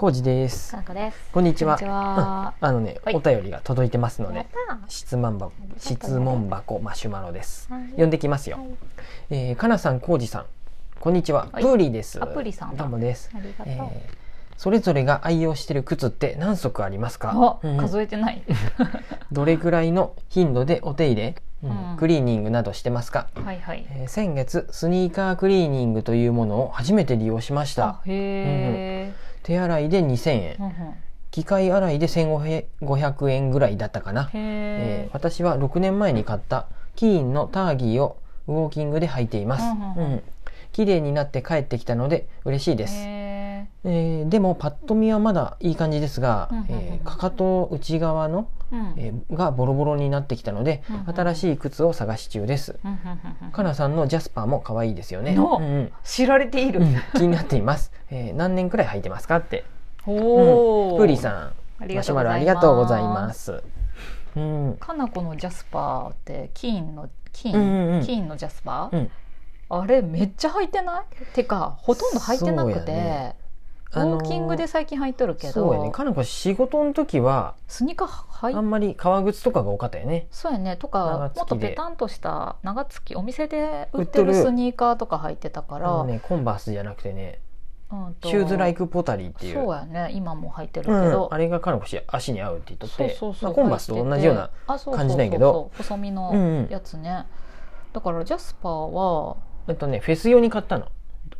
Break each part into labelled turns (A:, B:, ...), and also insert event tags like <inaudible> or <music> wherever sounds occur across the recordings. A: 康二です
B: か。なこです。
A: こんにちは。
B: こんにちは
A: うんあのね、
B: はい
A: お便りが届いてますの
B: やっ
A: で、
B: た
A: 質問箱、質問箱マシュマロです。
B: はい
A: 読んできますよ
B: は。
A: えー、かなさん、康二さん、こんにちは。プ
B: はい
A: ーリーです。
B: あプーリーさんだ
A: どうもです。
B: ありがとう。
A: えーそれぞれが愛用している靴って何足ありますか
B: あ、、
A: うん
B: 数えてない。
A: どれぐらいの頻度でお手入れ、うん
B: うん
A: クリーニングなどしてますか、
B: はいはい。
A: えー先月スニーカークリーニングというものを初めて利用しました
B: あへえ。
A: 手洗いで2000円
B: うんうん
A: 機械洗いで1500円ぐらいだったかな、え
B: へ
A: ー私は6年前に買ったキーンのターギーをウォーキングで履いています
B: うんうんうん
A: うん綺麗になって帰ってきたので嬉しい
B: え。
A: です、
B: へ
A: えーでもパッと見はまだいい感じですが、
B: うんうんうんうん
A: えーかかと内側の、
B: え。うん。
A: えーがボロボロになってきたので、
B: うんうん
A: 新しい靴を探し中です
B: うんうんうんうん
A: かなさんのジャスパーも可愛いですよね、
B: の
A: うん
B: 知られている
A: う。ん気になっています、えー何年くらい履いてますかって
B: おお。
A: プーリーさ
B: あ
A: ん
B: り
A: マ
B: が
A: シ
B: と
A: ュマ
B: うご
A: ロあ
B: ざいます
A: りがとうございますうん
B: かなこのジャスパーって金の金
A: うんうんうん
B: 金のジャスパ
A: う
B: ー
A: ん？
B: あれめっちゃ履いてない？てかほとんど履いてな
A: そう
B: く
A: やね
B: て。ウ
A: あの
B: ォーキングで最近履いとるけ
A: そうやね
B: ど、
A: かなこ仕事の時は
B: スニーカー
A: あ
B: 履い
A: んまり革靴とかが多かったよね
B: そうやねと
A: 長
B: か
A: 月で
B: もっとペタンとした長月お店で売っ
A: 売
B: て
A: っとる
B: るスニーカーとか履いてたか
A: あ
B: ら
A: のねコンバースじゃなくてね
B: うんと
A: シューズライクポタリーっていう
B: そうやね今も履いてるけ
A: うん
B: ど、
A: あれがかなこし足に合うって言っとって
B: そう
A: ま
B: そうそう
A: あコンバースと同じような感じなんやけ
B: ど
A: ど
B: 細身
A: うん
B: の
A: うん
B: やつね、だからジャスパーは
A: えっとねフェス用に買ったの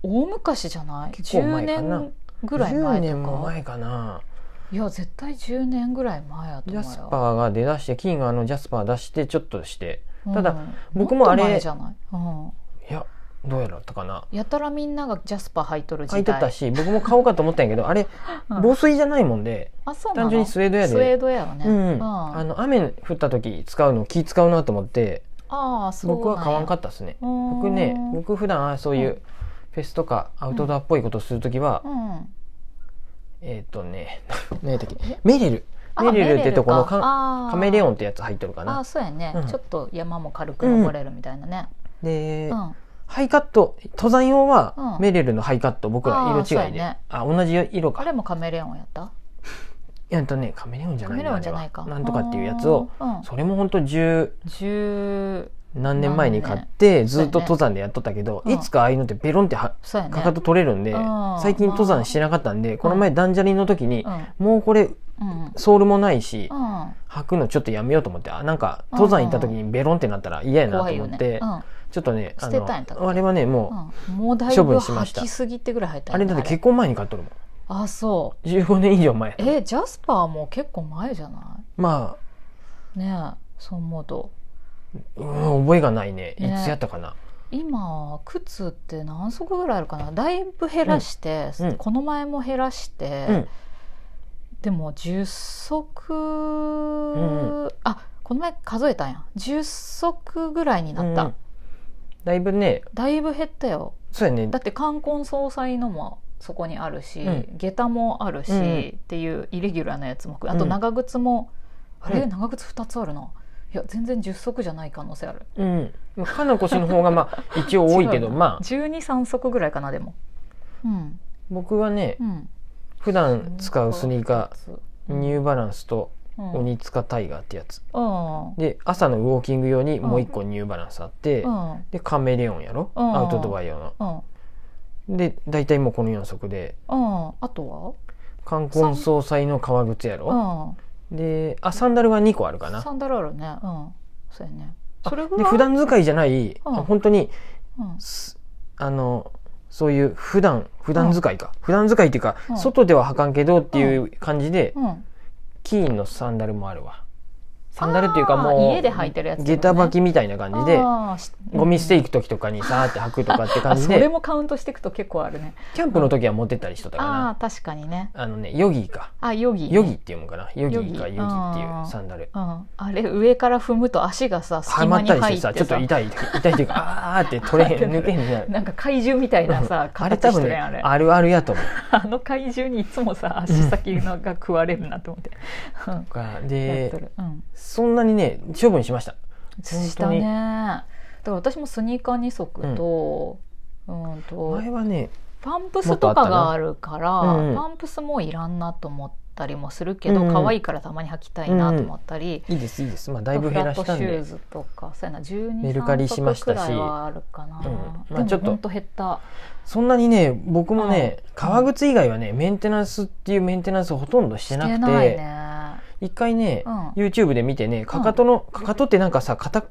B: 大昔じゃない
A: 結構前かな
B: 10年ぐらい
A: 10
B: 前と
A: 年も
B: か
A: 前かない
B: や絶対10年ぐらい前やと
A: ジ
B: 思
A: ャ
B: うよ
A: スパーが出だしてキングあのジャスパー出してちょっとして
B: うん
A: ただ僕もあれ
B: っと前じゃない、うん、
A: いやどうやろったかな
B: やたらみんながジャスパー履いとる時
A: 書
B: 代
A: いてたし僕も買おうかと思ったんやけどあれ
B: <laughs> うん
A: 防水じゃないもんで
B: あそうな
A: 単
B: の
A: 純にスウェードや
B: スウェー
A: で
B: ドやよね、
A: うんうん
B: あ
A: あの雨降った時使うの気使うなと思って
B: あーそう
A: 僕は買わんか
B: っ
A: ったですね
B: た僕
A: 僕ね僕普段ああそういううフェスとかアウトドアっぽいことする時は
B: うん
A: えっとね <laughs> 何やったっけメリル
B: あ
A: メリルってとこのカ
B: カ
A: カメレオ
B: ン
A: ンってやつ入っとるか
B: あー
A: な
B: そうやね、
A: うん
B: ちょっと山も軽く登れるみたいなね、う
A: で
B: んあ
A: ハイカット登山用は
B: うん
A: メリルのハイカット僕ら色違いで
B: あーそうやね
A: あ同じ色か
B: れもカメレオンやった
A: えっとねカメレオンじゃ
B: カ
A: ない
B: メレオンじゃない
A: あ
B: か
A: れはなんとかっていうやつを
B: うん
A: それも本当十
B: 十
A: 何年前に買ってずっと登山でやっとったけど、
B: そうや
A: い
B: ね
A: つかああいうのってベロンっては
B: そうやね
A: かかと取れるんで、
B: うん
A: 最近登山してなかったんで、この前ダンジャリの時に
B: う、ん
A: もうこれ
B: うんうん
A: ソールもないし、
B: うん
A: 履くのちょっとやめようと思ってあなんか登山行った時にベロンってなったら嫌やな
B: 怖
A: と
B: いよ
A: 思っ
B: ね、
A: て、
B: うん
A: ちょっとねあ
B: 捨てたんやったっけ
A: のあれはねもう、
B: うん、もうだいぶ
A: 処分しました
B: 履きすぎってぐらい入った
A: あ
B: よ
A: れ
B: ね
A: だって結婚前に買っとるもん
B: あそ
A: 15年以上前
B: うえジャスパーも結構前じゃな
A: ま
B: いねえそう思うと
A: あ、うん、覚えがないねい
B: ね
A: つやったかな、
B: 今靴って何足ぐらいあるかなだいぶ減らして、
A: うんうん
B: この前も減らして、でも10足、
A: ん
B: あこの前数えたんや10足ぐらいに
A: うん
B: なった、
A: うんだいぶね
B: だいぶ減ったよ
A: そうやね
B: だって冠婚葬祭のもそこにあるし、
A: うん
B: 下駄もあるし、
A: うん
B: っていうイレギュラーなやつもあと
A: うん
B: 長靴も、あ
A: う
B: れ
A: ん
B: 長靴2つあるないや全然10足じゃない可能性ある
A: うんまあかなこ氏の方がま
B: <laughs>
A: あ一応多いけどまあ
B: 1 2 3足ぐらいかなでもうん
A: 僕はね
B: うん
A: 普段使うスニーカーニューバランスと
B: うん
A: 鬼塚タイガーってやつ
B: うん
A: で朝のウォーキング用にもう一個ニューバランスあって、
B: うん
A: でカメレオンやろ、
B: うん
A: アウトドア用の
B: うん
A: で大体もうこの4足で
B: うんあと
A: 冠婚葬祭の革靴やろ、
B: は
A: であサンダルは2個ある
B: う
A: か
B: ん
A: な
B: サンダルあるねうんそうやねそれぐ
A: で
B: らい
A: 普段使いじゃない、
B: うん
A: 本当に
B: うん
A: すあのそういう普段普段使いか、普段使いっていうか、
B: うん
A: 外では履かんけどっていう感じで、
B: うん
A: キーンのサンダルもあるわサンダルっていうかも
B: あ
A: う
B: ー家で履いてるやつ
A: 下駄履きみたいな感じでゴミ捨て
B: い
A: 行く時とかにさーって履くとかって感じ
B: それ
A: で
B: もカウントしていくと結構あるね
A: キャンプの時は持ってったりしとったか
B: あ
A: な
B: あー確かにね
A: あのねヨギーか
B: あヨギ
A: ヨギーって読むかなヨギーか
B: ヨ
A: ヨ
B: ギ
A: ギ
B: あ
A: ーって
B: ー
A: いうサンダル
B: うんあれ上から踏むと足がさ
A: は
B: 隙
A: ま
B: 間
A: っ
B: に
A: たりして
B: 入っ
A: さ
B: て
A: ちょっと
B: さ
A: 痛い痛い痛いっていう
B: <laughs>
A: かあーって取れへん抜けへんみたいな
B: なんか怪獣みたいなさ
A: あれ多
B: 形し
A: 分
B: て
A: ね
B: るやんあれ
A: あるあるやと思う
B: あの怪獣にいつもさ足先のが食われるなと思ってうん
A: から
B: やっと
A: で
B: るうん
A: そんなにね処分しました
B: したねだから私もスニーカー2足とうんと
A: 前はね
B: パンプスとかがあるから、
A: もっとあったなうん
B: パンプスもういらんなと思ったりもするけど、
A: うん
B: 可愛いからたまに履きたいなと思ったり、
A: いいですいいですまあだ
B: だ
A: いぶ減らしたん
B: フラット
A: で
B: シューズとかそうやな12
A: メルカリしましたし
B: 3足くらいはあるかな、
A: うんまあ
B: で
A: ちょっ
B: も
A: と
B: ほんと減った
A: そんなにね僕もね
B: あ
A: 革靴以外はねメンテナンスっていうメンテナンスをほとんどしてなく
B: い
A: て
B: ね
A: 一回ね
B: うん
A: YouTube で見てねかかとのかかとってなんかさかた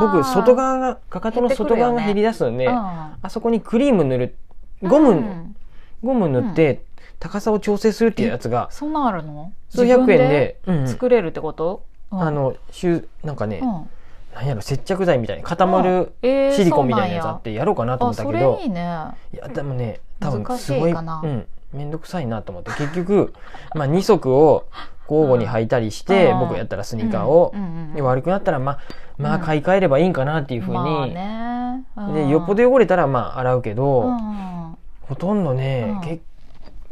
A: 僕外側がかかとの外側が減り出すので、
B: あ
A: あそこにクリーム塗る
B: ー
A: ゴム、
B: うん
A: ゴム塗って高さを調整するっていうやつが
B: そんなんあるの
A: 数百円で
B: 自分
A: うん
B: 作れるってこと、うん
A: あ、のシューなんかね、
B: うん
A: なんやろ接着剤みたいに固まる
B: えー
A: シリコンみたいなやつあってやろうかなと思った
B: そう
A: け
B: なんや
A: ど
B: あそれいいね
A: いやでもね多分すごい
B: 難しいかな
A: うん、めんどくさいなと思って結局、まあ、2足を交互に履いたりして、
B: うん
A: 僕やったらスニーカーを
B: う、んうんうん
A: で悪くなったらまあまあ
B: うん
A: 買い替えればいいんかなっていうふうに、
B: まあねうん
A: でよっぽど汚れたらまあ洗うけど、
B: うんうん
A: ほとんどね、
B: うん
A: け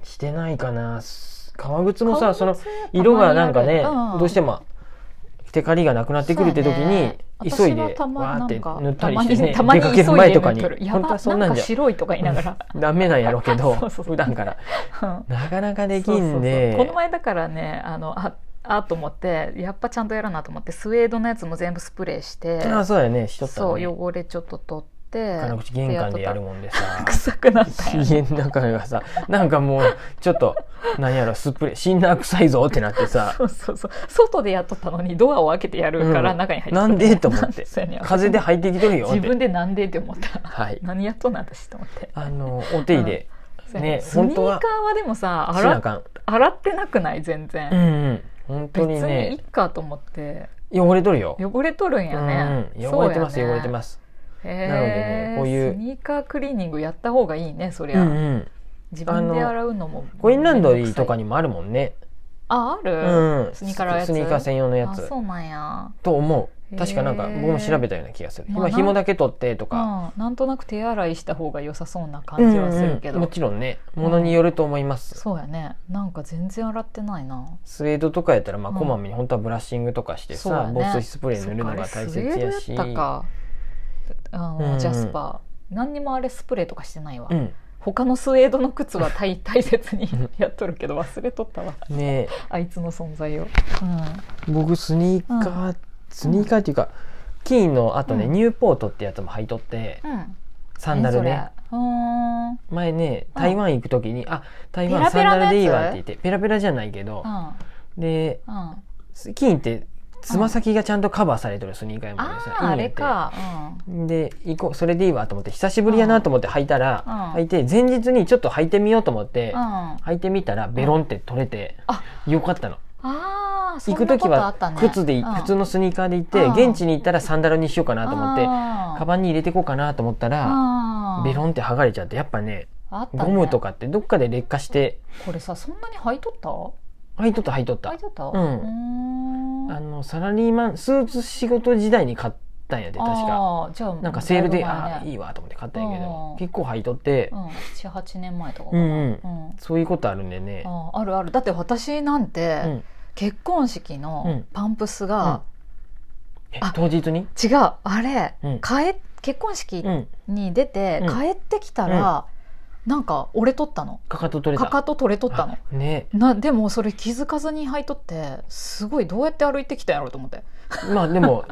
A: してないかなす革靴もさそ
B: 革
A: の
B: 靴
A: 色がなんかね、
B: たまにあるうん
A: どうしてもテカリがなくなってくるって時
B: そうや
A: に
B: ね、
A: 急いで
B: 私はたま
A: わーって
B: なんか
A: 塗ったり
B: <laughs>
A: してね
B: たまに
A: 出かける前とかに
B: 急いで塗っとるやば
A: 本当はそんなん
B: か
A: じゃ
B: 白いとか言いな
A: <laughs>
B: がら
A: ダメなんやろうけど
B: <laughs> そうそうそう
A: 普段から
B: うん
A: なかなかできん
B: そうそうそう
A: で
B: この前だからねあのああと思ってやっぱちゃんとやらなと思ってスウェードのやつも全部スプレーして
A: あそうやねしとった
B: そ
A: ら、
B: う
A: ね、
B: 汚れちょっと取って
A: 金口玄関でやるもんでさ
B: ってやっとった臭くなったよね
A: 家の中がさなんかもうちょっとなんやろスプレー死んだ臭いぞってなってさ
B: そうそうそう外でやっとったのにドアを開けてやるから
A: うん
B: 中に入って
A: なんでと思って
B: そうやねん
A: <laughs> 風で入ってきとるよって
B: 自分でなんでって思った
A: はい
B: 何やっとんの私と思って
A: <laughs> あのお手入れ、
B: そうや
A: ね
B: スニ
A: 本
B: ーカー
A: 当は
B: はでもさ
A: しなあ
B: 洗
A: かん
B: 洗ってなくない全然、
A: うんうん本当に
B: 別にいい
A: ね
B: かと思って
A: 汚れとるよ、
B: 汚れとるんやね、
A: うんうん、汚れてます、
B: そう
A: 汚
B: やね
A: れてます
B: へー
A: なのでねこういう
B: スニーカークリーニングやった方がいいねそり
A: う
B: ゃ、
A: んうん
B: 自分で洗うのも
A: コインランドリーとか
B: に
A: にもあるもんね、
B: あある、
A: うん、
B: スニーカーのやつ
A: スニーカー専用のや
B: あ
A: つ
B: そうなんや
A: と思
B: へ
A: う
B: ー
A: 確かなんか僕も調べたような気がする、
B: まあ
A: 今紐だけ取ってとか、
B: うん、なんとなく手洗いした方が良さそうな感じはするけ
A: う
B: ど、
A: んうんもちろんねものによると思います、
B: そうやねなんか全然洗ってないな
A: スウェードとかやったらまあ
B: うん
A: こまめに本当はブラッシングとかして
B: そうや
A: さ、
B: ね
A: 防水スプレー塗るのが大切やし
B: そっかあれスウェードやったかあ
A: うん
B: の、
A: うん
B: ジャスパー何にもあれスプレーとかしてないわ、
A: うん
B: 他のスウェードの靴は
A: <laughs>
B: 大大切に <laughs> やっとるけど忘れとったわ
A: ね
B: あいつの存在を、うん、
A: 僕スニーカー、スニーカーっていうかキーのあとね、
B: うん
A: ニューポートってやつも履いとって
B: うん、
A: サンダルね
B: 何それうーん
A: 前ね
B: うん
A: 台湾行く時に「あ台湾
B: ペ
A: サン
B: ラペラ
A: ダ
B: のやつ
A: ルでいいわ」って言ってペラペラじゃないけど
B: う
A: で
B: んうん
A: スキーンってつま先がちゃんとカバーされてるスニーカーやもん
B: あ
A: ねそれ
B: ああ
A: いいね
B: れ
A: って
B: か、
A: で行こうそれでいいわと思って久しぶりやなと思って履いたら、
B: うん
A: 履いて前日にちょっと履いてみようと思って、
B: うん、あ
A: 履いてみたらベロンって取れて、
B: あ
A: よかったの
B: あー
A: 行く時
B: そんなことあ
A: は
B: ったね
A: 靴でいい、
B: うん
A: 普通のスニーカーで行って、
B: うん
A: 現地に行ったらサンダルにしようかなと思って、
B: あー
A: カバンに入れていこうかなと思ったら、
B: あー
A: ベロンって剥がれちゃってやっぱね
B: あったね
A: ゴムとかってどっかで劣化して
B: これさそんなに履いとった
A: 履いとった履いとった、
B: 履いとった
A: うん
B: ん
A: あのサラリーマンスーツ仕事時代に買ったんやで確か
B: あーじゃあ
A: なんかセールで、あ
B: だ
A: あ
B: いぶ
A: いいわと思って買ったんやけ
B: う
A: ど
B: ん
A: 結構履いとって、
B: 前ねうん、78年前とかか
A: う
B: な、
A: んうん
B: うん
A: そういうことあるんでね
B: あーあるあるだって私なんて、
A: うん
B: 結婚式のパンプスが、
A: え
B: あ
A: 当日に
B: 違うあれ、
A: うん
B: 変え結婚式
A: うん
B: に出て
A: うん
B: 帰ってきたら、なんか折れとったの
A: かかと取れた
B: かかと取れとったの
A: あね
B: なでもそれ気づかずに履いとってすごいどうやって歩いてきたんやろうと思って
A: まあでも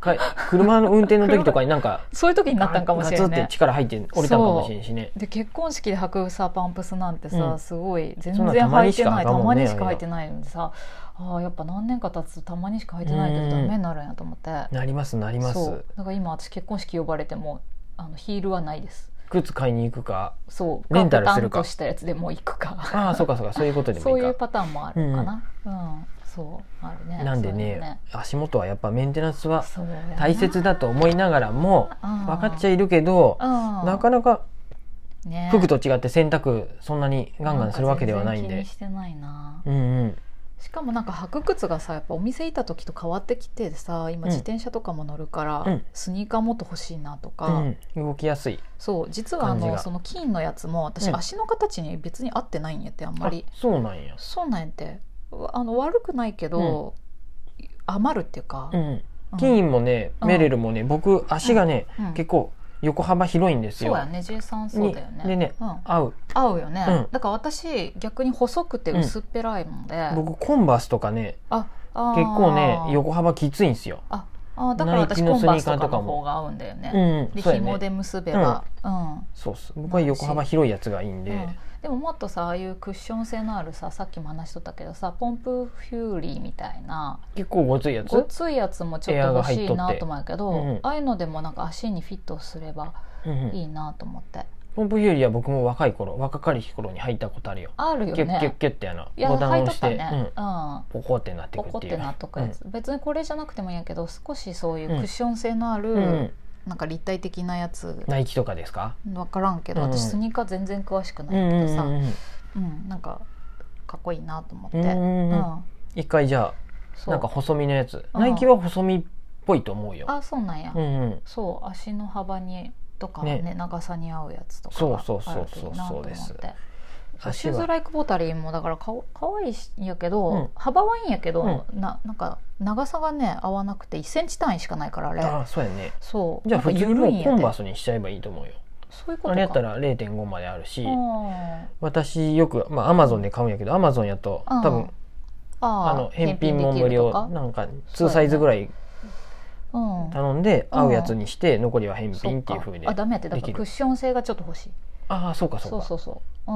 A: か車の運転の時とかになんか
B: そういう時になったんかもしれん
A: ガツっ
B: ね
A: て力入って折れたんかもしれんしね
B: で結婚式で履くさパンプスなんてさ、
A: うん
B: すごい全
A: そんな
B: 然
A: たま
B: 履
A: に
B: い
A: してか
B: ない
A: 履か
B: た
A: んも
B: ま
A: んね
B: にしか履いてないのでさあーやっぱ何年か経つとたまにしか履いてないけ
A: うん
B: どダメになるんやと思って
A: なりますなりま
B: そ
A: す
B: うだから今私結婚式呼ばれてもあのヒールはないです
A: 靴買いに行くか
B: そう
A: レンタルするか
B: ガタンとしたやつでもう行くか <laughs>
A: ああそうかそうかそういうことでも
B: そう
A: いい
B: いう
A: か
B: パターンもあるかな。うん、そう、あるね。
A: なんで
B: そうだ
A: ね足元はやっぱメンテナンスは
B: そうやな
A: 大切だと思いながらも
B: うん
A: 分かっちゃいるけど
B: うん
A: なかなか
B: ね
A: 服と違って洗濯そんなにガンガンするわけではないん
B: か全
A: で
B: 然気にしてないな。
A: うんうん
B: しかもなんか履く靴がさ、やっぱお店いた時と変わってきてさ、今
A: うん
B: 自転車とかも乗るから、
A: うん
B: スニーカーもっと欲しいなと
A: う
B: か、
A: ん動きやすい
B: そう実はあ
A: 感じ
B: の
A: が
B: その金のやつも私、
A: うん
B: 足の形に別に合ってないんやってあんま
A: あ
B: り。
A: そうなんや
B: そうなんやって、あの悪くないけど、余るっていうか
A: う。ん
B: うん
A: キーンもね
B: うん
A: メレルもね僕足がね
B: うん
A: 結構横幅広いんです
B: そう
A: よ。
B: やね J3 そうだよね
A: にでね
B: うん、
A: 合う。
B: 合うよね、
A: うん
B: だから私逆に細くて薄っぺらいので、
A: 僕コンバースとかね
B: ああー
A: 結構ね横幅きついんですよ。
B: ああーだから
A: ナイキ
B: 私
A: の
B: コン
A: スニ
B: バー
A: ー
B: ス
A: カ
B: と
A: ー
B: か
A: とか
B: の
A: も
B: 方が合うんだよね、
A: うん、
B: で
A: そうや
B: 紐
A: ね。
B: で結べば、うん
A: そうっす。僕は横幅広いやつがいいんで。
B: でももっとさああいうクッション性のあるささっきも話しとったけどさポンプフューリーみたいな
A: 結構ごついやつ
B: ごついやつもちょっと欲しいなと思うけど、
A: エアが入っとってうん
B: ああいうのでもなんか足にフィットすれば
A: うんうん
B: いいなと思って、
A: ポンプユーリは僕も若い頃若かりし頃に履いたことあるよ。
B: あるよ
A: キュッキュッ
B: ね
A: キュッってあの
B: いや
A: ボタンを
B: 履いと
A: 押
B: っ
A: したて、
B: ねうん
A: うん、ポコってなって
B: ポ
A: くる
B: コ
A: っ
B: って
A: い
B: て
A: う。
B: なっとくやつ、別にこれじゃなくてもいいんやけど少しそういうクッション性のある、
A: うんうん、
B: なんか立体的なやつ
A: ナイキとかですか？
B: 分からんけど、
A: うん
B: 私スニーカー全然詳しくな
A: う
B: い
A: ん
B: け
A: う
B: どさ、うん
A: ん
B: なんかかっこいいなと思って、
A: うんう
B: うん
A: んうん。一回じゃあ
B: そう
A: なんか細身のやつ。
B: うん
A: ナイキは細身っぽいと思うよ。
B: あそうなんや、
A: うんうん。
B: そう足の幅にとかね
A: ね
B: 長さに合うやつとか
A: そう
B: が
A: そうそ
B: ある
A: う
B: といい
A: そう
B: なと
A: そ
B: 思
A: う
B: って
A: です
B: そうシ
A: 足
B: ューズ
A: は
B: ライクボタリーもだからかわかわいいんやけど、
A: うん
B: 幅はいいんやけど、ななんか長さがね合わなくて1センチ単位しかないからあれ
A: あそうやね。
B: そう
A: じゃあ
B: なん
A: 普
B: か
A: 通
B: 緩いん
A: の
B: や
A: コ
B: で
A: ンバースにしちゃえばいいと思うよ。
B: そういうことか
A: あれやったら0.5まであるし、
B: うん
A: 私よくまあアマゾンで買うんやけど、アマゾンやと
B: うん
A: 多分
B: あ
A: あ
B: ー
A: の返品も無料
B: 返品できる
A: なんか
B: そ
A: 2
B: うやね
A: サイズぐらい
B: とかうん
A: 頼んで
B: うん
A: 合うやつにして残りは返
B: そ
A: 品
B: っ
A: っていう
B: か
A: 風に
B: あダメやってだ
A: で
B: か
A: き
B: ら
A: る
B: クッション性がちょっと欲しい
A: ああそうかそ
B: そうう
A: か
B: そうそう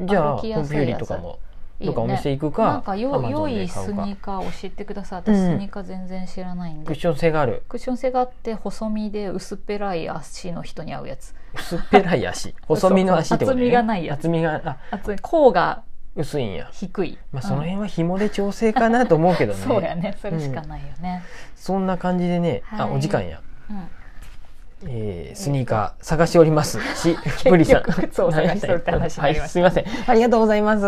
B: うん
A: じゃあ
B: 歩
A: コ
B: き
A: ン
B: やす
A: ピ
B: い
A: ューリ
B: や
A: ー
B: つ
A: とかも
B: いいよ
A: とかお
B: ね
A: 店行く
B: なん
A: か
B: か
A: ア
B: よ
A: マ
B: 良
A: ゾンで
B: いス
A: 買うか
B: ニーカー教えてください
A: うん
B: 私スニーカー全然知らないんで、
A: クッ
B: ク
A: ション性がある
B: ッション性があって細身で薄っぺらい足の人に合うやつ
A: 薄っぺらい
B: <laughs>
A: 足細身の足ってことね
B: 厚みがないやつ
A: 厚みがあ
B: あつ甲が
A: 薄いんや
B: 低い、
A: まあその
B: うん
A: 辺は紐で調整かなと思うけどね
B: <laughs> そうやねそれしかないよね、
A: そんな感じでねあ
B: はい
A: お時間や
B: うん
A: えースニー
B: <laughs>
A: カー探しておりますしプリさん
B: 結局靴を探しておるって話になりまし
A: はいはいす
B: た
A: いませんありがとうございます